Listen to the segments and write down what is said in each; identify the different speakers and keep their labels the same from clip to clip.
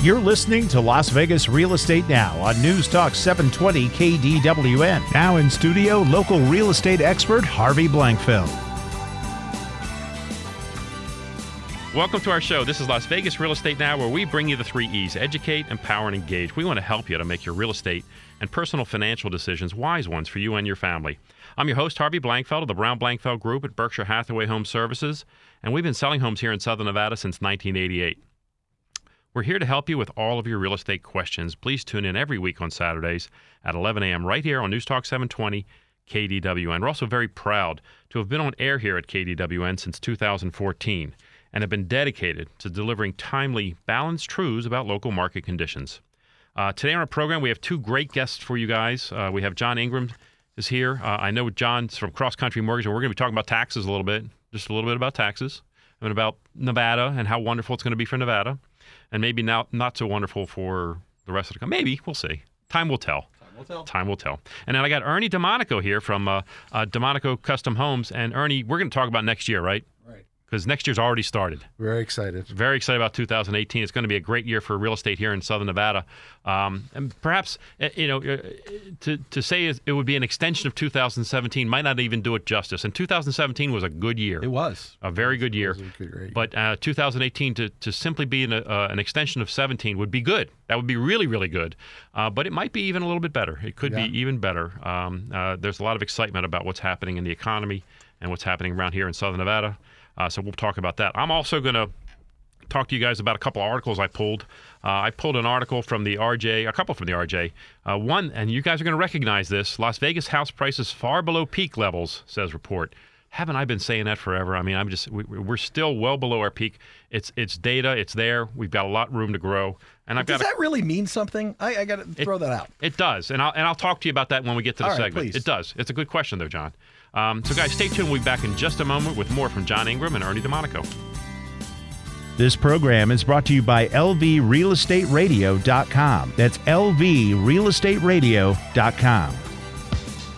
Speaker 1: You're listening to Las Vegas Real Estate Now on News Talk 720 KDWN. Now in studio, local real estate expert Harvey Blankfeld.
Speaker 2: Welcome to our show. This is Las Vegas Real Estate Now, where we bring you the three E's educate, empower, and engage. We want to help you to make your real estate and personal financial decisions wise ones for you and your family. I'm your host, Harvey Blankfeld of the Brown Blankfeld Group at Berkshire Hathaway Home Services, and we've been selling homes here in Southern Nevada since 1988. We're here to help you with all of your real estate questions. Please tune in every week on Saturdays at 11 a.m. right here on News Talk 720 KDWN. We're also very proud to have been on air here at KDWN since 2014 and have been dedicated to delivering timely, balanced truths about local market conditions. Uh, today on our program, we have two great guests for you guys. Uh, we have John Ingram is here. Uh, I know John's from Cross Country Mortgage, and we're going to be talking about taxes a little bit, just a little bit about taxes and about Nevada and how wonderful it's going to be for Nevada, and maybe now not so wonderful for the rest of the country. Maybe we'll see. Time will tell. Time will tell. Time will tell. And then I got Ernie DeMonico here from uh, uh, DeMonico Custom Homes, and Ernie, we're going to talk about next year, right?
Speaker 3: Right.
Speaker 2: Because next year's already started.
Speaker 3: Very excited.
Speaker 2: Very excited about 2018. It's going to be a great year for real estate here in Southern Nevada. Um, and perhaps, eh, you know, eh, to, to say it would be an extension of 2017 might not even do it justice. And 2017 was a good year
Speaker 3: It was.
Speaker 2: a very good year.
Speaker 3: good year.
Speaker 2: But uh, 2018 to, to simply be an, uh, an extension of 17 would be good. That would be really, really good. Uh, but it might be even a little bit better. It could
Speaker 3: Yeah.
Speaker 2: be even better. Um, uh, there's a lot of excitement about what's happening in the economy and what's happening around here in Southern Nevada. Uh, so we'll talk about that. I'm also going to talk to you guys about a couple of articles I pulled. Uh, I pulled an article from the RJ, a couple from the RJ. Uh, one, and you guys are going to recognize this Las Vegas house prices far below peak levels, says report. Haven't I been saying that forever? I mean, I'm just we, we're still well below our peak. It's it's data, it's there. We've got a lot of room to grow, and I've
Speaker 3: Does
Speaker 2: got a
Speaker 3: that really mean something? I, I got to throw that out.
Speaker 2: it does, and I'll and I'll talk to you about that when we get to the
Speaker 3: All right,
Speaker 2: segment.
Speaker 3: please.
Speaker 2: It does. It's a good question though, John. Um, so guys, stay tuned. We'll be back in just a moment with more from John Ingram and Ernie DeMonico.
Speaker 1: This program is brought to you by LVRealestateRadio.com. That's LVRealestateRadio.com.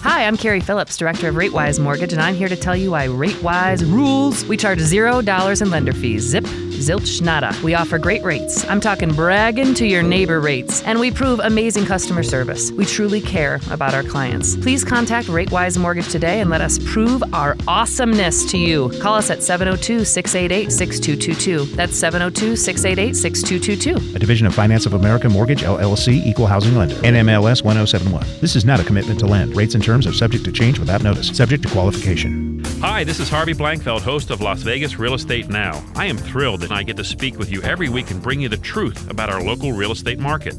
Speaker 4: Hi, I'm Carrie Phillips, director of RateWise Mortgage, and I'm here to tell you why RateWise rules. We charge $0 in lender fees. Zip, zilch, nada. We offer great rates. I'm talking bragging to your neighbor rates. And we prove amazing customer service. We truly care about our clients. Please contact RateWise Mortgage today and let us prove our awesomeness to you. Call us at 702 688 6222. That's 702 688 6222.
Speaker 1: A division of Finance of America Mortgage LLC Equal Housing Lender. NMLS 1071. This is not a commitment to lend. Rates and terms are subject to change without notice. Subject to qualification.
Speaker 2: Hi, this is Harvey Blankfeld, host of Las Vegas Real Estate Now. I am thrilled that I get to speak with you every week and bring you the truth about our local real estate market.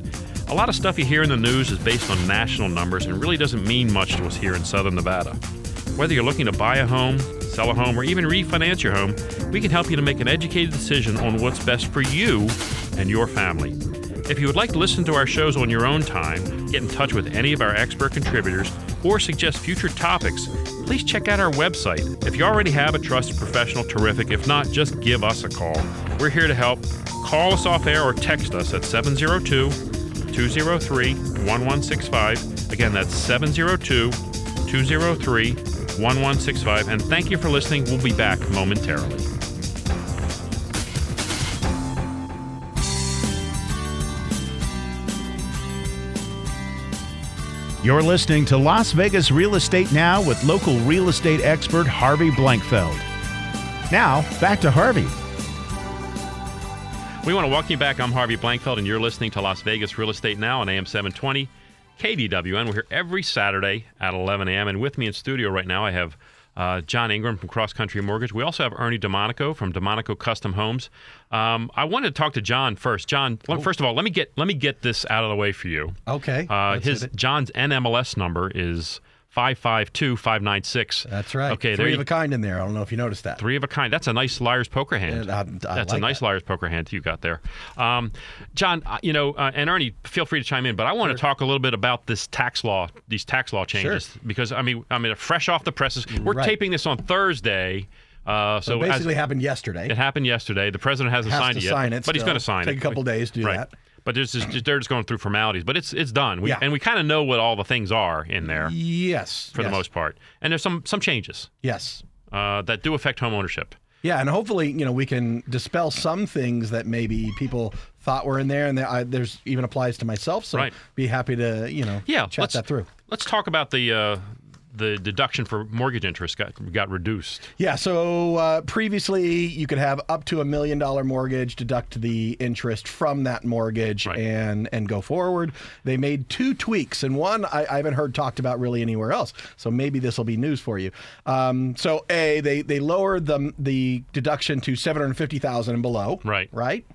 Speaker 2: A lot of stuff you hear in the news is based on national numbers and really doesn't mean much to us here in Southern Nevada. Whether you're looking to buy a home, sell a home, or even refinance your home, we can help you to make an educated decision on what's best for you and your family. If you would like to listen to our shows on your own time, get in touch with any of our expert contributors, or suggest future topics, please check out our website. If you already have a trusted professional, terrific. If not, just give us a call. We're here to help. Call us off air or text us at 702 203 1165. Again, that's 702 203 1165. And thank you for listening. We'll be back momentarily.
Speaker 1: You're listening to Las Vegas Real Estate Now with local real estate expert Harvey Blankfeld. Now, back to Harvey.
Speaker 2: We want to welcome you back. I'm Harvey Blankfeld, and you're listening to Las Vegas Real Estate Now on AM 720 KDWN. We're here every Saturday at 11 a.m. And with me in studio right now, I have uh, John Ingram from Cross Country Mortgage. We also have Ernie DeMonico from DeMonico Custom Homes. Um, I wanted to talk to John first. John,
Speaker 3: Oh.
Speaker 2: let- first of all, let me get let me get this out of the way for you.
Speaker 3: Okay.
Speaker 2: Uh,
Speaker 3: let's
Speaker 2: his
Speaker 3: hit it.
Speaker 2: John's NMLS number is five five two five nine six.
Speaker 3: That's right.
Speaker 2: Okay, there
Speaker 3: Three
Speaker 2: you
Speaker 3: of a kind in there. I don't know if you noticed that.
Speaker 2: Three of a kind. That's a nice liar's poker hand.
Speaker 3: And I- I
Speaker 2: That's a
Speaker 3: like
Speaker 2: nice
Speaker 3: that.
Speaker 2: liar's poker hand you got there. Um, John, uh, you know, uh, and Ernie, feel free to chime in, but I want to talk a little bit about this tax law, these tax law changes, because I mean, I mean, fresh off the presses. We're
Speaker 3: Right.
Speaker 2: taping this on Thursday, uh, so,
Speaker 3: So
Speaker 2: as-
Speaker 3: basically happened yesterday.
Speaker 2: it happened yesterday. The president hasn't
Speaker 3: Has
Speaker 2: signed
Speaker 3: to
Speaker 2: it yet,
Speaker 3: sign it
Speaker 2: but he's
Speaker 3: still.
Speaker 2: going to sign
Speaker 3: Take
Speaker 2: it.
Speaker 3: a couple days to do
Speaker 2: right.
Speaker 3: that.
Speaker 2: But there's just, they're just going through formalities, but it's it's done. We,
Speaker 3: Yeah.
Speaker 2: And we kind of know what all the things are in there
Speaker 3: Yes.
Speaker 2: for the
Speaker 3: yes,
Speaker 2: most part, and there's some some changes
Speaker 3: Yes.
Speaker 2: uh, that do affect home ownership.
Speaker 3: Yeah, and hopefully, you know, we can dispel some things that maybe people thought were in there, and there, I, there's even applies to myself. So
Speaker 2: Right.
Speaker 3: be happy to you know
Speaker 2: Yeah,
Speaker 3: chat that through.
Speaker 2: Let's talk about the uh, the deduction for mortgage interest got got reduced.
Speaker 3: Yeah, so uh, previously you could have up to a million dollar mortgage, deduct the interest from that mortgage,
Speaker 2: Right.
Speaker 3: and and go forward. They made two tweaks, and one I, I haven't heard talked about really anywhere else. So maybe this will be news for you. Um, so a they they lowered the the deduction to seven hundred fifty thousand and below.
Speaker 2: Right.
Speaker 3: Right.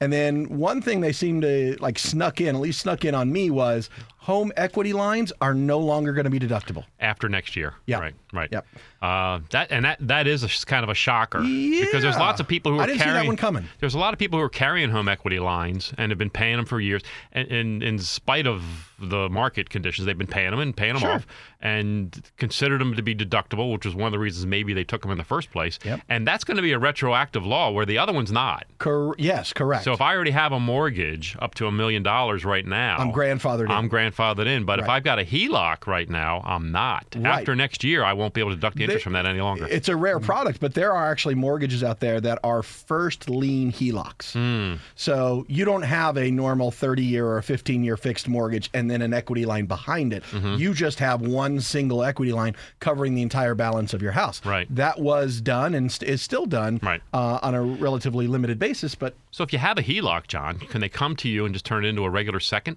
Speaker 3: And then one thing they seemed to like snuck in, at least snuck in on me, was home equity lines are no longer going to be deductible.
Speaker 2: after next year.
Speaker 3: Yeah.
Speaker 2: Right. Right.
Speaker 3: Yep.
Speaker 2: Uh, that and that that is a, sh- kind of a shocker because there's
Speaker 3: Yeah.
Speaker 2: lots of people who are
Speaker 3: I didn't see that
Speaker 2: carrying
Speaker 3: one coming.
Speaker 2: There's a lot of people who are carrying home equity lines and have been paying them for years, and, and in spite of the market conditions, they've been paying them and paying them off, and considered them to be deductible, which was one of the reasons maybe they took them in the first place.
Speaker 3: Yep.
Speaker 2: And that's going to be a retroactive law where the other one's not.
Speaker 3: Cor- yes, correct.
Speaker 2: So if I already have a mortgage up to a million dollars right now,
Speaker 3: I'm grandfathered in.
Speaker 2: I'm grandfathered in. But if
Speaker 3: Right.
Speaker 2: I've got a HELOC right now, I'm not. After next year, I won't be able to deduct the interest from that any longer.
Speaker 3: It's a rare product, but there are actually mortgages out there that are first lien HELOCs.
Speaker 2: Hmm.
Speaker 3: So you don't have a normal 30 year or 15 year fixed mortgage and then an equity line behind it.
Speaker 2: Mm-hmm.
Speaker 3: You just have one single equity line covering the entire balance of your house.
Speaker 2: Right.
Speaker 3: That was done and st- is still done
Speaker 2: Right.
Speaker 3: uh, on a relatively limited basis, but
Speaker 2: so if you have a HELOC, John, can they come to you and just turn it into a regular second?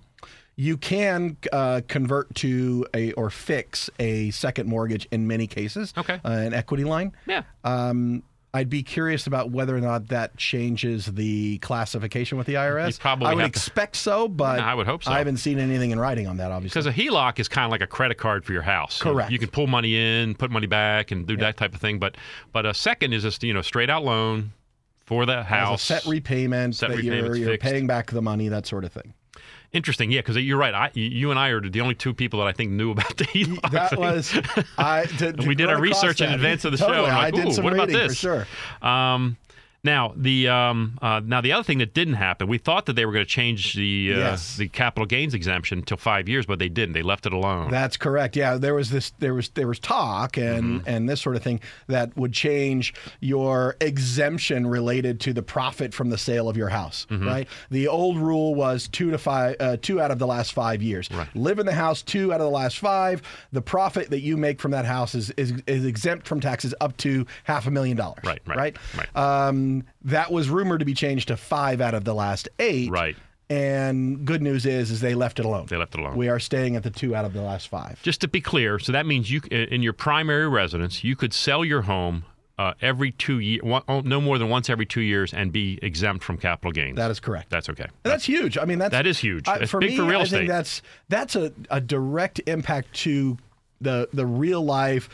Speaker 3: you can uh, convert to a or fix a second mortgage in many cases.
Speaker 2: Okay.
Speaker 3: uh, an equity line.
Speaker 2: Yeah.
Speaker 3: Um, I'd be curious about whether or not that changes the classification with the IRS.
Speaker 2: probably
Speaker 3: I would
Speaker 2: have to-
Speaker 3: expect so, but
Speaker 2: I would hope so.
Speaker 3: I haven't seen anything in writing on that, obviously.
Speaker 2: Because a HELOC is kind of like a credit card for your house. You-
Speaker 3: Correct.
Speaker 2: You can pull money in, put money back, and do that type of thing. But but a second is just you know straight out loan for the
Speaker 3: As a
Speaker 2: house.
Speaker 3: set repayment
Speaker 2: Set
Speaker 3: that you're,
Speaker 2: repayment's
Speaker 3: you're
Speaker 2: fixed.
Speaker 3: paying back the money, that sort of thing.
Speaker 2: Interesting, yeah. Because you're right. I, you and I are the only two people that I think knew about the HELOC.
Speaker 3: That was I. to- to
Speaker 2: we did our
Speaker 3: run across
Speaker 2: research in
Speaker 3: that-
Speaker 2: advance of the show.
Speaker 3: Totally,
Speaker 2: and
Speaker 3: I
Speaker 2: like,
Speaker 3: did
Speaker 2: "Ooh,
Speaker 3: some
Speaker 2: what about
Speaker 3: reading
Speaker 2: this?
Speaker 3: for sure.
Speaker 2: Um, now the um, uh, now the other thing that didn't happen, we thought that they were going to change the uh,
Speaker 3: Yes.
Speaker 2: the capital gains exemption till five years, but they didn't. They left it alone.
Speaker 3: That's correct. Yeah, there was this, there was there was talk and and this sort of thing that would change your exemption related to the profit from the sale of your house. Right. The old rule was two to five, uh, two out of the last five years. Right. Live in the house two out of the last five. The profit that you make from that house is is, is exempt from taxes up to half a million dollars.
Speaker 2: Right, right,
Speaker 3: Right.
Speaker 2: right.
Speaker 3: Um, that was rumored to be changed to five out of the last eight.
Speaker 2: Right.
Speaker 3: And good news is, is they left it alone.
Speaker 2: They left it alone.
Speaker 3: We are staying at the two out of the last five.
Speaker 2: Just to be clear, so that means you in your primary residence, you could sell your home uh, every two years, no more than once every two years, and be exempt from capital gains.
Speaker 3: That is correct.
Speaker 2: That's okay.
Speaker 3: And that's huge. I mean, that's
Speaker 2: That is huge.
Speaker 3: I-
Speaker 2: It's
Speaker 3: for
Speaker 2: big
Speaker 3: me,
Speaker 2: for real
Speaker 3: I
Speaker 2: estate.
Speaker 3: think that's that's a, a direct impact to the the real life,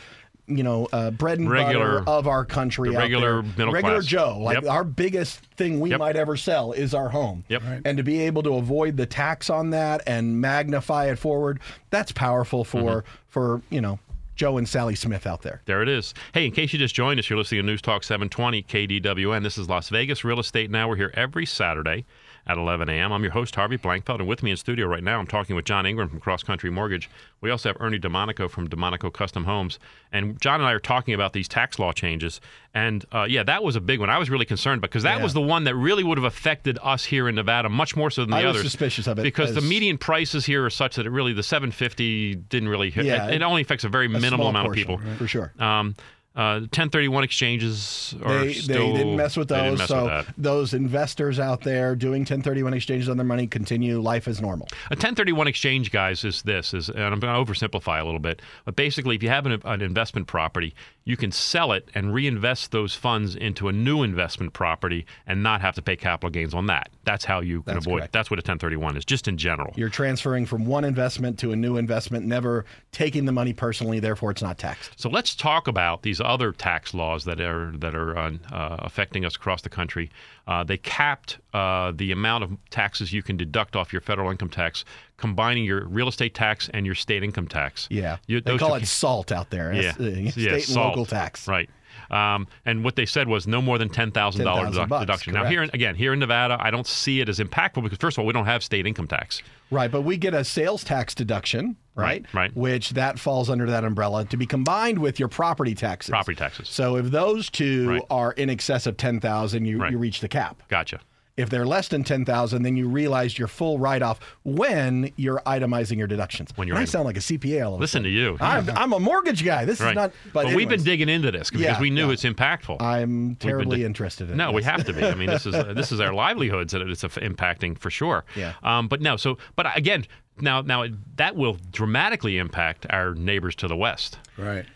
Speaker 3: you know, uh, bread and
Speaker 2: Regular-
Speaker 3: butter of our country.
Speaker 2: the
Speaker 3: out
Speaker 2: regular
Speaker 3: there.
Speaker 2: middle
Speaker 3: regular
Speaker 2: class.
Speaker 3: Joe. Like
Speaker 2: Yep.
Speaker 3: our biggest thing we
Speaker 2: Yep.
Speaker 3: might ever sell is our home.
Speaker 2: Yep. Right.
Speaker 3: And to be able to avoid the tax on that and magnify it forward, that's powerful for
Speaker 2: Mm-hmm.
Speaker 3: for you know Joe and Sally Smith out there.
Speaker 2: There it is. Hey, in case you just joined us, you're listening to News Talk 720 KDWN. This is Las Vegas Real Estate Now. We're here every Saturday at 11 a.m. I'm your host, Harvey Blankfeld, and with me in studio right now, I'm talking with John Ingram from Cross Country Mortgage. We also have Ernie DeMonico from DeMonico Custom Homes. And John and I are talking about these tax law changes. And uh, yeah, that was a big one. I was really concerned because that was the one that really would have affected us here in Nevada much more so than the
Speaker 3: I was
Speaker 2: others.
Speaker 3: suspicious of it
Speaker 2: Because the
Speaker 3: as-
Speaker 2: median prices here are such that it really, the 750 didn't really hit.
Speaker 3: Yeah,
Speaker 2: it, it only affects a very minimal
Speaker 3: Small
Speaker 2: amount
Speaker 3: portion,
Speaker 2: of people.
Speaker 3: for sure.
Speaker 2: Um, uh, 1031 exchanges are
Speaker 3: they,
Speaker 2: still.
Speaker 3: they didn't mess with
Speaker 2: they
Speaker 3: those.
Speaker 2: didn't mess
Speaker 3: so
Speaker 2: with that.
Speaker 3: those investors out there doing 1031 exchanges on their money continue life as normal.
Speaker 2: A 1031 exchange, guys, is this is, and I'm going to oversimplify a little bit, but basically, if you have an, an investment property, you can sell it and reinvest those funds into a new investment property and not have to pay capital gains on that. That's how you can avoid. it.
Speaker 3: correct.
Speaker 2: That's what a 1031 is, just in general.
Speaker 3: You're transferring from one investment to a new investment, never taking the money personally. Therefore, it's not taxed.
Speaker 2: So let's talk about these other tax laws that are that are uh, uh, affecting us across the country. Uh, they capped uh, the amount of taxes you can deduct off your federal income tax, combining your real estate tax and your state income tax.
Speaker 3: Yeah,
Speaker 2: You-
Speaker 3: they
Speaker 2: those
Speaker 3: call
Speaker 2: two-
Speaker 3: it SALT out there. It's, uh,
Speaker 2: yeah,
Speaker 3: state
Speaker 2: yeah,
Speaker 3: and
Speaker 2: salt.
Speaker 3: local tax.
Speaker 2: Right. Um, and what they said was no more than ten thousand dollars
Speaker 3: $10,000 bucks,
Speaker 2: deduction. Now here in, again here in Nevada, I don't see it as impactful because first of all, we don't have state income tax.
Speaker 3: Right, but we get a sales tax deduction, right?
Speaker 2: Right, right.
Speaker 3: Which that falls under that umbrella to be combined with your property taxes.
Speaker 2: Property taxes.
Speaker 3: So if those two
Speaker 2: Right.
Speaker 3: are in excess of ten thousand, you
Speaker 2: Right.
Speaker 3: you reach the cap.
Speaker 2: Gotcha.
Speaker 3: If they're less than 10,000, then you realize your full write-off when you're itemizing your deductions.
Speaker 2: When you're
Speaker 3: And I
Speaker 2: item-
Speaker 3: sound like a CPA all of a
Speaker 2: Listen to you.
Speaker 3: sudden. I'm, I'm a mortgage guy. This
Speaker 2: Right.
Speaker 3: is not
Speaker 2: but we've
Speaker 3: anyways,
Speaker 2: been digging into this because
Speaker 3: Yeah,
Speaker 2: we knew
Speaker 3: yeah.
Speaker 2: it's impactful.
Speaker 3: I'm terribly
Speaker 2: di-
Speaker 3: interested in
Speaker 2: no,
Speaker 3: this.
Speaker 2: we have to be. I mean, this is this is our livelihoods that it's aff- impacting for sure.
Speaker 3: Yeah.
Speaker 2: Um, but no, so but again, now now that will dramatically impact our neighbors to the west,
Speaker 5: Right.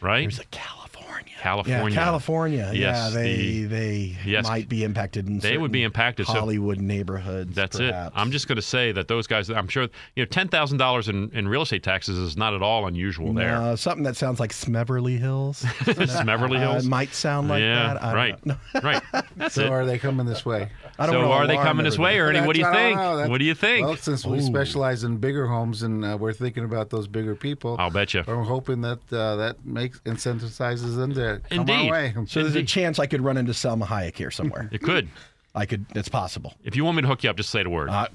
Speaker 2: right?
Speaker 3: It's like California.
Speaker 2: California.
Speaker 3: Yeah, California.
Speaker 2: Yes,
Speaker 3: yeah, they
Speaker 2: the-
Speaker 3: they
Speaker 2: yes.
Speaker 3: might be impacted. In
Speaker 2: They would be
Speaker 3: certain
Speaker 2: impacted, so-
Speaker 3: Hollywood neighborhoods.
Speaker 2: That's
Speaker 3: perhaps.
Speaker 2: it. I'm just going to say that those guys. I'm sure you know ten thousand dollars in in real estate taxes is not at all unusual there.
Speaker 3: Uh, something that sounds like Smeverly Hills.
Speaker 2: This is Beverly
Speaker 3: Uh,
Speaker 2: Hills.
Speaker 3: it might sound like
Speaker 2: yeah,
Speaker 3: that. I don't
Speaker 2: right,
Speaker 3: know.
Speaker 2: right. That's
Speaker 5: So
Speaker 2: it.
Speaker 5: are they coming this way?
Speaker 3: I don't
Speaker 2: so
Speaker 3: wanna
Speaker 2: are they
Speaker 3: alarm
Speaker 2: coming this way,
Speaker 3: everybody.
Speaker 2: Ernie? What do you
Speaker 5: That's- I don't
Speaker 2: think?
Speaker 5: know. That's-
Speaker 2: What do you think?
Speaker 5: Well, since we specialize in bigger homes and uh, we're thinking about those bigger people,
Speaker 2: I'll bet you.
Speaker 5: I'm hoping that uh, that makes incentivizes them to come
Speaker 2: Indeed.
Speaker 5: our way.
Speaker 3: So there's a chance I could run into Selma Hayek here somewhere.
Speaker 2: It could.
Speaker 3: I could. It's possible.
Speaker 2: If you want me to hook you up, just say the word.
Speaker 3: Uh,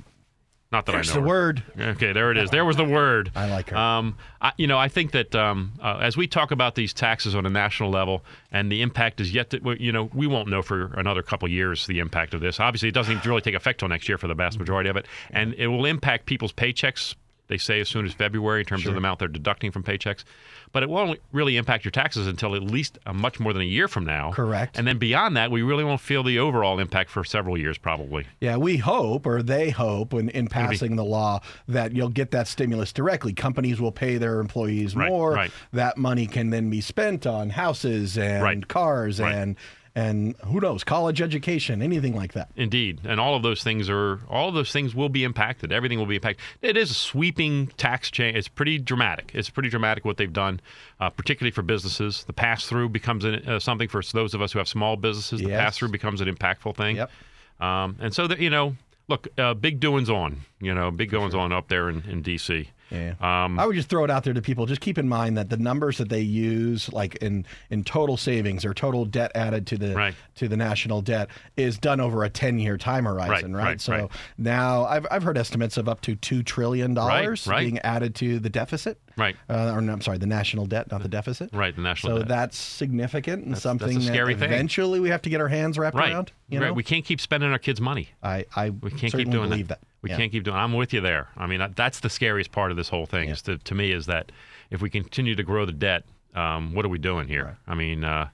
Speaker 2: Not that I know.
Speaker 3: There's the
Speaker 2: her.
Speaker 3: word.
Speaker 2: Okay, there it is. There was the word.
Speaker 3: I like her.
Speaker 2: Um, I, you know, I think that um, uh, as we talk about these taxes on a national level and the impact is yet to, well, you know, we won't know for another couple years the impact of this. Obviously, it doesn't even really take effect till next year for the vast majority of it, and it will impact people's paychecks. They say as soon as February in terms of the amount they're deducting from paychecks, but it won't really impact your taxes until at least uh much more than a year from now.
Speaker 3: Correct.
Speaker 2: And then beyond that, we really won't feel the overall impact for several years probably.
Speaker 3: Yeah, we hope, or they hope, in, in passing the law, that you'll get that stimulus directly. Companies will pay their employees
Speaker 2: Right,
Speaker 3: more.
Speaker 2: right.
Speaker 3: That money can then be spent on houses and
Speaker 2: Right,
Speaker 3: cars
Speaker 2: right.
Speaker 3: and and who knows, college education, anything like that.
Speaker 2: Indeed, and all of those things are all of those things will be impacted. Everything will be impacted. It is a sweeping tax change. It's pretty dramatic. It's pretty dramatic what they've done, uh, particularly for businesses. The pass through becomes an, uh, something for those of us who have small businesses. The
Speaker 3: Yes.
Speaker 2: pass through becomes an impactful thing.
Speaker 3: Yep.
Speaker 2: Um, and so that you know, look, uh, big doings on. You know, big goings on up there in, in D.C.
Speaker 3: Yeah.
Speaker 2: Um,
Speaker 3: I would just throw it out there to people. Just keep in mind that the numbers that they use, like in in total savings or total debt added to the
Speaker 2: Right.
Speaker 3: to the national debt, is done over a ten year time horizon,
Speaker 2: Right,
Speaker 3: right?
Speaker 2: right,
Speaker 3: so
Speaker 2: right.
Speaker 3: now I've I've heard estimates of up to two trillion dollars
Speaker 2: right.
Speaker 3: being added to the deficit.
Speaker 2: Right.
Speaker 3: Uh, or no, I'm sorry, the national debt, not the deficit.
Speaker 2: right, the national
Speaker 3: So
Speaker 2: debt.
Speaker 3: that's significant and something
Speaker 2: that's a scary
Speaker 3: that
Speaker 2: thing.
Speaker 3: eventually we have to get our hands wrapped
Speaker 2: right,
Speaker 3: around. You
Speaker 2: right.
Speaker 3: know?
Speaker 2: We can't keep spending our kids' money.
Speaker 3: I, I
Speaker 2: We can't
Speaker 3: certainly
Speaker 2: keep doing
Speaker 3: believe that.
Speaker 2: We
Speaker 3: Yeah.
Speaker 2: can't keep doing. I'm with you there. I mean, that- that's the scariest part of this whole thing. Is to, to me is that if we continue to grow the debt, um, what are we doing here? I mean, uh,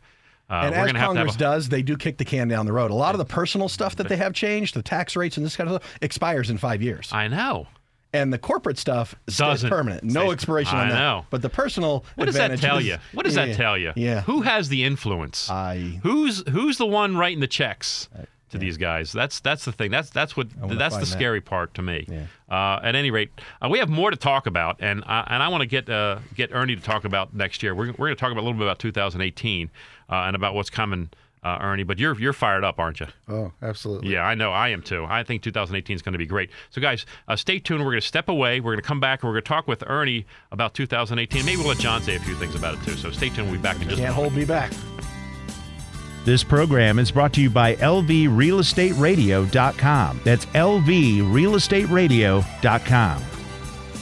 Speaker 2: uh,
Speaker 3: And
Speaker 2: we're
Speaker 3: as
Speaker 2: going to have to
Speaker 3: Congress
Speaker 2: have a,
Speaker 3: does, they do kick the can down the road. A lot of the personal stuff that they have changed, the tax rates and this kind of stuff, expires in five years.
Speaker 2: I know.
Speaker 3: And the corporate stuff stays
Speaker 2: Doesn't.
Speaker 3: permanent. No
Speaker 2: Stays-
Speaker 3: expiration on
Speaker 2: I
Speaker 3: that.
Speaker 2: know.
Speaker 3: But the personal
Speaker 2: What does that tell you?
Speaker 3: advantages-
Speaker 2: What does
Speaker 3: Yeah.
Speaker 2: that tell you?
Speaker 3: Yeah.
Speaker 2: Who has the influence?
Speaker 3: I-
Speaker 2: Who's who's the one writing the checks to these guys? That's that's the thing. That's that's what that's the
Speaker 3: find that.
Speaker 2: scary part to me. Uh, at any rate, uh, we have more to talk about, and I and I want to get uh, get Ernie to talk about next year. We're we're going to talk about a little bit about 2018 uh, and about what's coming. Uh, Ernie, but you're you're fired up, aren't you?
Speaker 5: Oh, absolutely.
Speaker 2: Yeah, I know. I am too. I think 2018 is going to be great. So, guys, uh, stay tuned. We're going to step away. We're going to come back and we're going to talk with Ernie about 2018. Maybe we'll let John say a few things about it too. So, stay tuned. We'll be back in just a
Speaker 3: Can't
Speaker 2: moment.
Speaker 3: hold me back.
Speaker 1: This program is brought to you by LVRealestateRadio.com. That's LVRealestateRadio.com.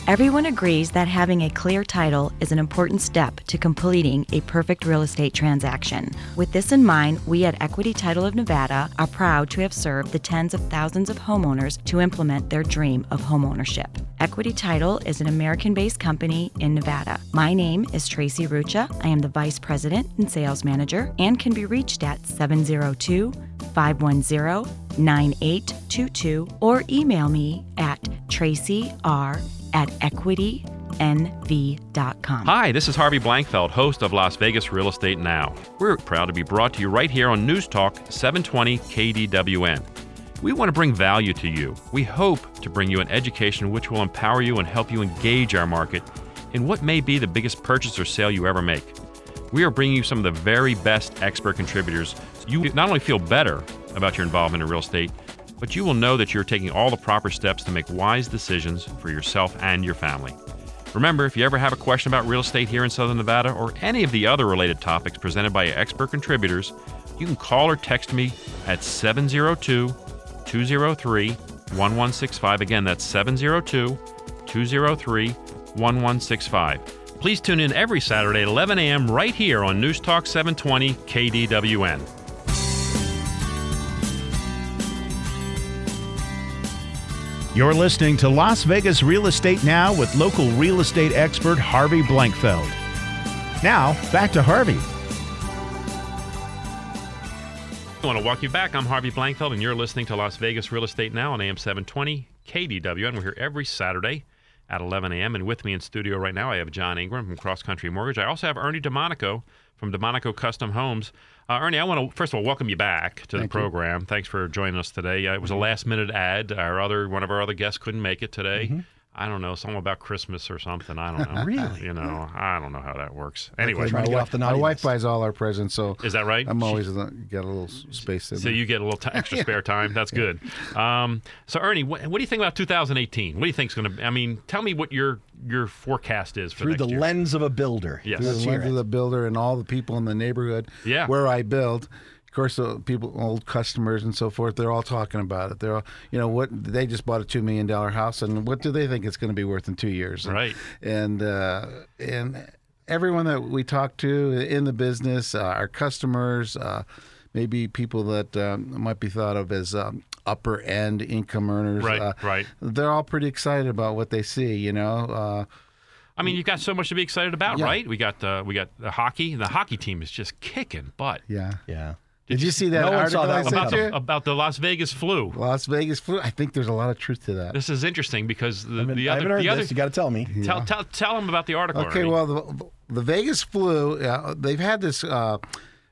Speaker 6: Everyone agrees that having a clear title is an important step to completing a perfect real estate transaction. With this in mind, we at Equity Title of Nevada are proud to have served the tens of thousands of homeowners to implement their dream of homeownership. Equity Title is an American based company in Nevada. My name is Tracy Rucha. I am the Vice President and Sales Manager and can be reached at 702 510 9822 or email me at tracyr at equitynv.com.
Speaker 2: Hi, this is Harvey Blankfeld, host of Las Vegas Real Estate Now. We're proud to be brought to you right here on News Talk 720 KDWN. We want to bring value to you. We hope to bring you an education which will empower you and help you engage our market in what may be the biggest purchase or sale you ever make. We are bringing you some of the very best expert contributors so you not only feel better about your involvement in real estate, but you will know that you're taking all the proper steps to make wise decisions for yourself and your family. Remember, if you ever have a question about real estate here in Southern Nevada or any of the other related topics presented by expert contributors, you can call or text me at 702 203 1165. Again, that's 702 203 1165. Please tune in every Saturday at 11 a.m. right here on News Talk 720 KDWN.
Speaker 1: You're listening to Las Vegas Real Estate Now with local real estate expert Harvey Blankfeld. Now, back to Harvey.
Speaker 2: I want to welcome you back. I'm Harvey Blankfeld, and you're listening to Las Vegas Real Estate Now on AM 720 KDW. And we're here every Saturday at 11 a.m. And with me in studio right now, I have John Ingram from Cross Country Mortgage. I also have Ernie DeMonico from DeMonico Custom Homes. Uh, Ernie, I want to first of all welcome you back to the program. Thanks for joining us today. Uh, it was a last minute ad. Our other one of our other guests couldn't make it today. I don't know, something about Christmas or something. I don't know. Mm-hmm. really? You know, I don't know how that works. Anyway,
Speaker 3: Trying to get off the
Speaker 5: My
Speaker 3: naughty
Speaker 5: wife
Speaker 3: list.
Speaker 5: buys all our presents, so
Speaker 2: Is that right?
Speaker 5: I'm always got a little s- space in
Speaker 2: So
Speaker 3: Mm-hmm.
Speaker 5: there.
Speaker 2: you get a little t- extra spare time. That's good. Um, so Ernie, wh- what do you think about 2018? What do you think's going to? I mean, tell me what your your forecast is for
Speaker 3: through
Speaker 2: next
Speaker 3: the
Speaker 2: year.
Speaker 3: lens of a builder.
Speaker 2: Yes.
Speaker 5: through
Speaker 2: Let's
Speaker 5: the
Speaker 3: hear
Speaker 5: lens of
Speaker 3: it.
Speaker 5: the builder and all the people in the neighborhood
Speaker 2: Yeah.
Speaker 5: where I build. Of course, the people, old customers and so forth, they're all talking about it. They're all, you know, what they just bought a two million dollar house, and what do they think it's going to be worth in two years? And-
Speaker 2: Right.
Speaker 5: And uh, and everyone that we talk to in the business, uh, our customers, uh, maybe people that um, might be thought of as um, upper end income earners,
Speaker 2: Right,
Speaker 5: uh,
Speaker 2: right.
Speaker 5: They're all pretty excited about what they see. You know. Uh,
Speaker 2: I mean, you've got so much to be excited about,
Speaker 5: Yeah.
Speaker 2: right? We got uh, we got the hockey. The hockey team is just kicking butt.
Speaker 5: yeah.
Speaker 3: Yeah.
Speaker 5: Did you see that
Speaker 3: No one
Speaker 5: article
Speaker 3: saw that
Speaker 5: I
Speaker 3: one
Speaker 5: sent
Speaker 2: About
Speaker 5: you?
Speaker 2: the, about the Las Vegas flu.
Speaker 5: Las Vegas flu. I think there's a lot of truth to that.
Speaker 2: This is interesting because the,
Speaker 3: I, mean,
Speaker 2: the
Speaker 3: I
Speaker 2: other
Speaker 3: haven't heard
Speaker 2: the other
Speaker 3: this. You got to tell me.
Speaker 2: tell, tell tell them about the article.
Speaker 5: Okay,
Speaker 2: Ernie.
Speaker 5: well, the, the Vegas flu. Uh, they've had this. Uh,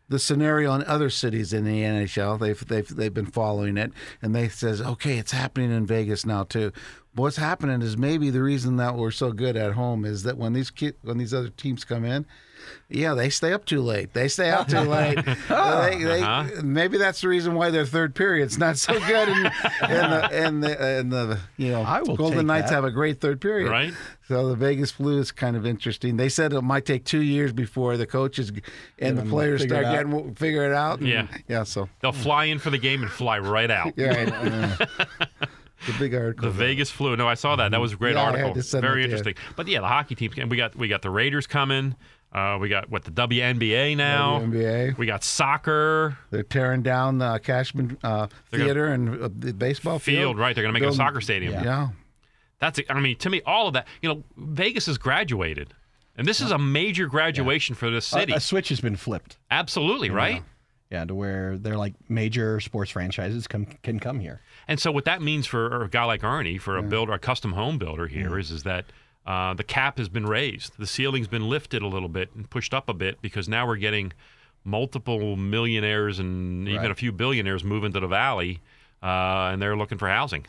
Speaker 5: the scenario in other cities in the NHL, they've they've they've been following it, and they says, okay, it's happening in Vegas now too. What's happening is maybe the reason that we're so good at home is that when these ki- when these other teams come in, yeah, they stay up too late. They stay out too late. They- they- Maybe that's the reason why their third period's not so good, and and the, and the, and the you know
Speaker 3: I will
Speaker 5: Golden
Speaker 3: take
Speaker 5: Knights
Speaker 3: that.
Speaker 5: have a great third period,
Speaker 2: Right.
Speaker 5: so the Vegas flu is kind of interesting. They said it might take two years before the coaches g- and the
Speaker 3: them
Speaker 5: players
Speaker 3: figure it
Speaker 5: start
Speaker 3: out.
Speaker 5: getting figure it out. and-
Speaker 2: Yeah.
Speaker 5: yeah. So
Speaker 2: They'll fly in for the game and fly right out.
Speaker 5: yeah, I know. the big article.
Speaker 2: The Vegas flu. No, I saw that. That was a great
Speaker 5: Yeah, I had
Speaker 2: article.
Speaker 5: to send
Speaker 2: Very
Speaker 5: it to you.
Speaker 2: interesting. But yeah, the hockey teams. And we got we got the Raiders coming. Uh, we got what the WNBA now.
Speaker 5: WNBA.
Speaker 2: We got soccer
Speaker 5: They're tearing down the Cashman uh,
Speaker 2: They're gonna-
Speaker 5: Theater and uh, the baseball
Speaker 2: field,
Speaker 5: field.
Speaker 2: right? They're going to make a
Speaker 5: Building-
Speaker 2: soccer stadium.
Speaker 5: Yeah.
Speaker 2: That's. I mean, to me, all of that. You know, Vegas has graduated, and this is a major graduation for this
Speaker 3: A,
Speaker 2: city.
Speaker 3: a switch has been flipped.
Speaker 2: Absolutely right.
Speaker 3: Yeah, to where they're like major sports franchises come, can come here.
Speaker 2: And so what that means for a guy like Arnie, for a builder, a custom home builder here, is is that uh, the cap has been raised, the ceiling's been lifted a little bit and pushed up a bit because now we're getting multiple millionaires and even a few billionaires move into the valley, uh, and they're looking for housing.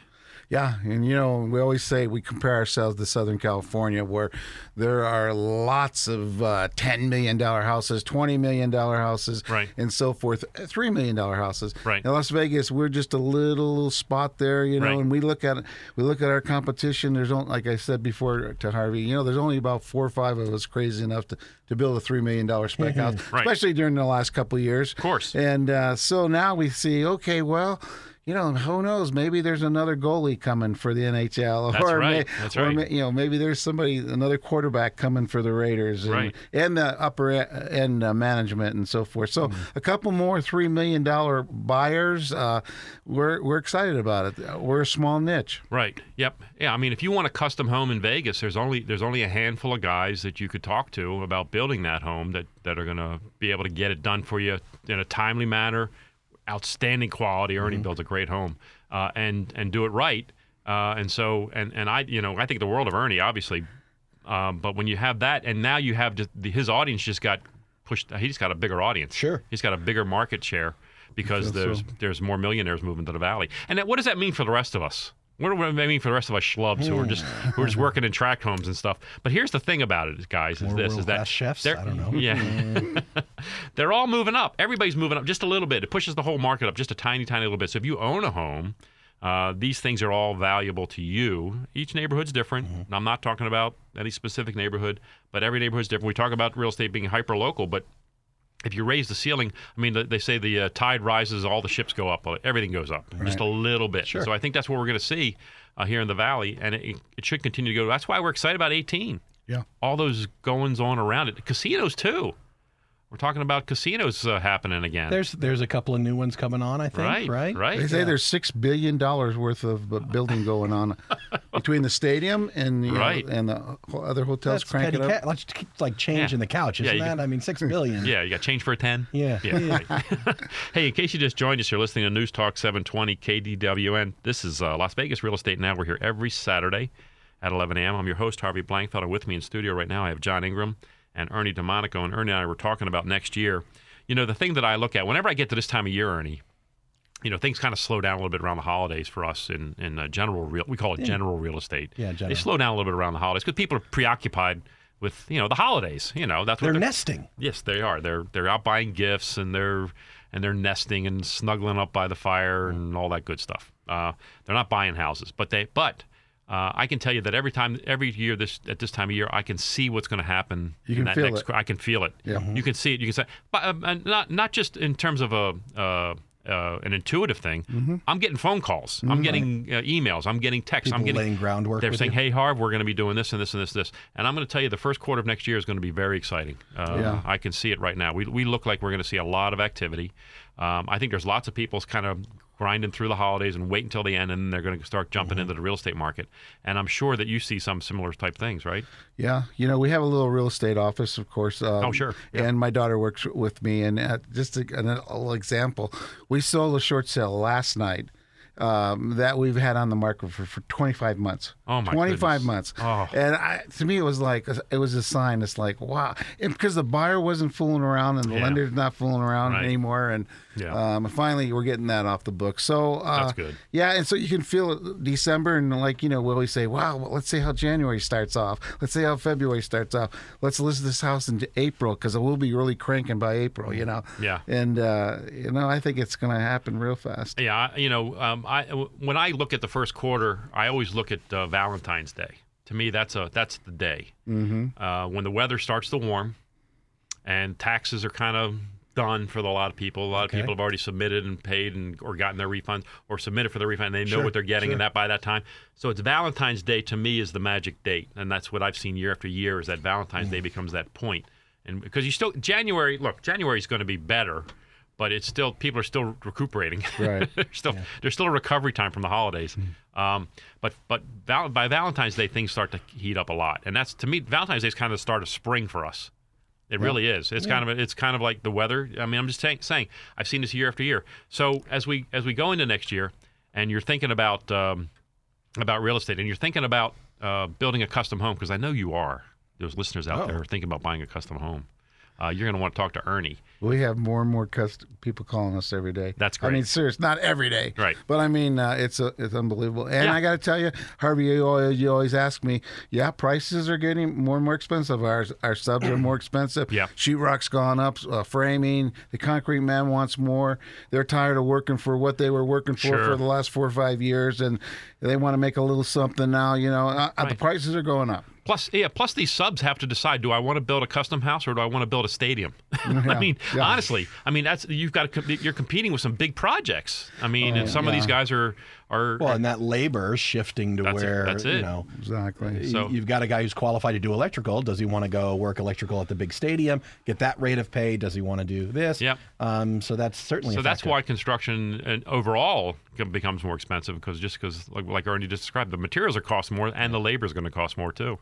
Speaker 5: Yeah, and you know we always say we compare ourselves to Southern California, where there are lots of uh, ten million dollar houses, twenty million dollar houses,
Speaker 2: Right.
Speaker 5: and so forth, three million dollar houses.
Speaker 2: Right.
Speaker 5: In Las Vegas, we're just a little spot there, you know.
Speaker 2: Right.
Speaker 5: And we look at we look at our competition. There's only, like I said before to Harvey, you know, there's only about four or five of us crazy enough to, to build a three million dollar spec house,
Speaker 2: Mm-hmm. Right.
Speaker 5: especially during the last couple of years. Of
Speaker 2: course.
Speaker 5: and uh, so now we see, okay, well, you know, who knows? Maybe there's another goalie coming for the NHL,
Speaker 2: That's
Speaker 5: or,
Speaker 2: right, that's
Speaker 5: or
Speaker 2: right.
Speaker 5: you know, maybe there's somebody, another quarterback coming for the Raiders, and,
Speaker 2: Right.
Speaker 5: and the upper e- end uh, management and so forth. So
Speaker 2: Mm-hmm.
Speaker 5: a couple more three million dollar buyers. Uh, we're we're excited about it. We're a small niche.
Speaker 2: Right. Yep. Yeah. I mean, if you want a custom home in Vegas, there's only there's only a handful of guys that you could talk to about building that home that that are going to be able to get it done for you in a timely manner, outstanding quality. Ernie builds a great home, uh, and and do it right. Uh, and so and and I you know I think the world of Ernie obviously, um, but when you have that and now you have just the, his audience just got pushed. He just got a bigger audience.
Speaker 3: Sure.
Speaker 2: He's got a bigger market share because there's there's more millionaires moving to the valley. And that, what does that mean for the rest of us? What do- what does that mean for the rest of us schlubs who are just
Speaker 3: Hmm.
Speaker 2: who are just working in tract homes and stuff? But here's the thing about it, guys, is
Speaker 3: We're
Speaker 2: this is that
Speaker 3: world-class chefs?
Speaker 2: they're-
Speaker 3: I don't know. Hmm.
Speaker 2: Yeah, they're all moving up. Everybody's moving up just a little bit. It pushes the whole market up just a tiny, tiny little bit. So if you own a home. Uh, these things are all valuable to you. Each neighborhood's different.
Speaker 3: Mm-hmm.
Speaker 2: And I'm not talking about any specific neighborhood, but every neighborhood's different. We talk about real estate being hyper local, but if you raise the ceiling, I mean, th- they say the uh, tide rises, all the ships go up, uh, everything goes up just a little bit. So I think that's what we're going to see uh, here in the valley, and it, it should continue to go. That's why we're excited about 18.
Speaker 5: Yeah.
Speaker 2: All those goings on around it, casinos too. We're We're talking about casinos uh, happening again.
Speaker 3: There's there's a couple of new ones coming on, I think.
Speaker 2: right,
Speaker 3: Right,
Speaker 2: right,
Speaker 5: They say there's six billion dollars worth of uh, building going on between the stadium and you know,
Speaker 2: Right.
Speaker 5: and the ho- other hotels
Speaker 3: That's petty
Speaker 5: cranking up.
Speaker 3: cat. Let's keep, like changing
Speaker 2: Yeah.
Speaker 3: the couch,
Speaker 2: Yeah,
Speaker 3: isn't
Speaker 2: you
Speaker 3: that?
Speaker 2: can-
Speaker 3: I mean, six billion.
Speaker 2: Yeah, you got change for a 10?
Speaker 3: Yeah.
Speaker 2: Yeah. right. hey, in case you just joined us, you're listening to News Talk 720 KDWN. This is uh, Las Vegas Real Estate Now. We're here every Saturday at 11 a.m. I'm your host, Harvey Blankfeld. And With me in studio right now, I have John Ingram and Ernie DeMonico. And Ernie and I were talking about next year. You know, the thing that I look at whenever I get to this time of year, Ernie, you know, things kind of slow down a little bit around the holidays for us in, in uh, general real. We call it general real estate.
Speaker 3: Yeah,
Speaker 2: They
Speaker 3: general.
Speaker 2: slow down a little bit around the holidays because people are preoccupied with, you know, the holidays. You know, that's what
Speaker 3: They're nesting.
Speaker 2: Yes, they are. They're they're out buying gifts and they're and they're nesting and snuggling up by the fire and all that good stuff. Uh, they're not buying houses, but they but uh, I can tell you that every time every year this at this time of year I can see what's going to happen.
Speaker 5: You
Speaker 2: in
Speaker 5: can
Speaker 2: that
Speaker 5: feel
Speaker 2: next,
Speaker 5: it. Mm-hmm.
Speaker 2: cr- I can feel it. Yeah. you can see it. You can say, but um, and not not just in terms of a. Uh, uh, an intuitive thing.
Speaker 5: Mm-hmm.
Speaker 2: I'm getting phone calls. I'm getting uh, emails. I'm getting texts. I'm
Speaker 3: People
Speaker 2: getting
Speaker 3: laying groundwork
Speaker 2: They're
Speaker 3: with
Speaker 2: saying,
Speaker 3: you.
Speaker 2: "Hey, Harv, we're going to be doing this and this and this, this." And I'm going to tell you, the first quarter of next year is going to be very exciting. Uh,
Speaker 5: Yeah.
Speaker 2: I can see it right now. We, we look like we're going to see a lot of activity. Um, I think there's lots of people's kind of grinding through the holidays and wait until the end, and then they're going to start jumping into the real estate market. And I'm sure that you see some similar type things, right?
Speaker 5: Yeah, you know, we have a little real estate office, of course. Um,
Speaker 2: Oh, sure. Yeah.
Speaker 5: And my daughter works with me. And uh, just a, an a little example, we sold a short sale last night um, that we've had on the market for, for 25 months.
Speaker 2: Oh, my
Speaker 5: 25
Speaker 2: goodness.
Speaker 5: months.
Speaker 2: Oh.
Speaker 5: And I, to me, it was like, it was a sign. It's like, wow. And because the buyer wasn't fooling around and the
Speaker 2: Yeah.
Speaker 5: lender's not fooling around
Speaker 2: Right.
Speaker 5: anymore. And
Speaker 2: Yeah.
Speaker 5: um, finally, we're getting that off the book. So uh,
Speaker 2: That's good.
Speaker 5: yeah, and so you can feel it December, and like you know, we always say, "Wow, well, let's see how January starts off. Let's see how February starts off. Let's list this house in April because it will be really cranking by April." You know.
Speaker 2: Yeah.
Speaker 5: And uh, you know, I think it's going to happen real fast.
Speaker 2: Yeah, I- you know, um, I w- when I look at the first quarter, I always look at uh, Valentine's Day. To me, that's a that's the day mm-hmm. uh, when the weather starts to warm, and taxes are kind of done for the- a lot of people. A lot of people have already submitted and paid and or gotten their refunds or submitted for their refund. And they know what they're getting, and that by that time. So it's Valentine's Day to me is the magic date, and that's what I've seen year after year is that Valentine's Day becomes that point. And because you still January, look, January is going to be better, but it's still people are still recuperating.
Speaker 5: Right.
Speaker 2: there's still there's still a recovery time from the holidays. Um, but but val- by Valentine's Day things start to heat up a lot, and that's to me Valentine's Day is kind of the start of spring for us. It really is. It's kind of it's kind of like the weather. I mean, I'm just saying, saying I've seen this year after year. So as we as we go into next year, and you're thinking about um, about real estate, and you're thinking about uh, building a custom home because I know you are. There's listeners out there who are thinking about buying a custom home. Uh, you're going to want to talk to Ernie.
Speaker 5: We have more and more cust- people calling us every day.
Speaker 2: That's
Speaker 5: I mean,
Speaker 2: great.
Speaker 5: serious, not every day.
Speaker 2: Right.
Speaker 5: But I mean, uh, it's a, it's unbelievable. And
Speaker 2: Yeah.
Speaker 5: I got to tell you, Harvey, you always, you always ask me, yeah, prices are getting more and more expensive. Our our subs are more expensive.
Speaker 2: Yeah.
Speaker 5: Sheetrock's gone up, uh, framing. The concrete man wants more. They're tired of working for what they were working for
Speaker 2: Sure.
Speaker 5: for the last four or five years, and they want to make a little something now. You know, uh, uh, the
Speaker 2: Right.
Speaker 5: prices are going up.
Speaker 2: Plus, yeah, plus these subs have to decide: do I want to build a custom house or do I want to build a stadium? I mean, honestly, I mean that's you've got to, com- you're competing with some big projects. I mean, and some of these guys are are
Speaker 3: Well, and that labor is shifting to
Speaker 2: That's it-
Speaker 3: where
Speaker 2: that's it.
Speaker 3: you know
Speaker 5: Exactly.
Speaker 3: y-
Speaker 2: So-
Speaker 3: you've got a guy who's qualified to do electrical. Does he want to go work electrical at the big stadium, get that rate of pay? Does he want to do this?
Speaker 2: Yep.
Speaker 3: Um, so that's certainly
Speaker 2: So
Speaker 3: a
Speaker 2: that's
Speaker 3: factor.
Speaker 2: why construction and overall com- becomes more expensive because just because, like, like Ernie just described, the materials are cost more and the labor is going to cost more too.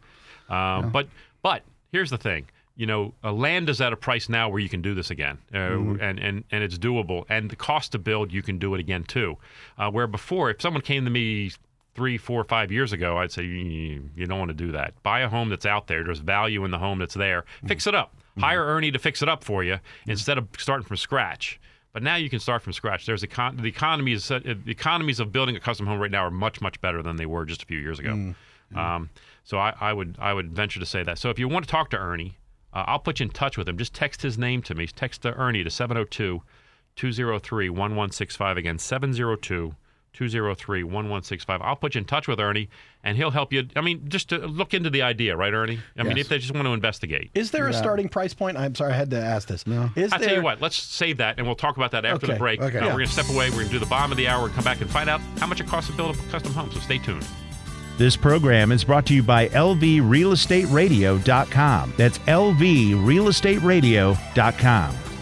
Speaker 2: Uh, But but here's the thing, you know, uh, land is at a price now where you can do this again, uh, and and and it's doable, and the cost to build you can do it again too. Uh, where before, if someone came to me three, four, five years ago, I'd say "You- you don't want to do that. Buy a home that's out there. There's value in the home that's there. Fix it up. Hire Ernie to fix it up for you instead of starting from scratch. But now you can start from scratch. There's econ- the economies uh, the economies of building a custom home right now are much much better than they were just a few years ago. Um, so I, I would I would venture to say that. So if you want to talk to Ernie, uh, I'll put you in touch with him. Just text his name to me. Text to Ernie to 702 203 1165 again 702 203 1165. I'll put you in touch with Ernie and he'll help you. I mean, just to look into the idea, right, Ernie? I mean, if they just want to investigate.
Speaker 3: Is there a starting price point? I'm sorry, I had to ask this. No. Is
Speaker 2: I'll
Speaker 3: there?
Speaker 2: tell you what, let's save that and we'll talk about that after the
Speaker 3: Okay,
Speaker 2: break.
Speaker 5: okay.
Speaker 2: Uh,
Speaker 5: Yeah.
Speaker 2: We're going to step away, we're going to do the bottom of the hour, and come back and find out how much it costs to build a custom home. So stay tuned.
Speaker 1: This program is brought to you by LVRealestateRadio.com. That's LVRealestateRadio.com.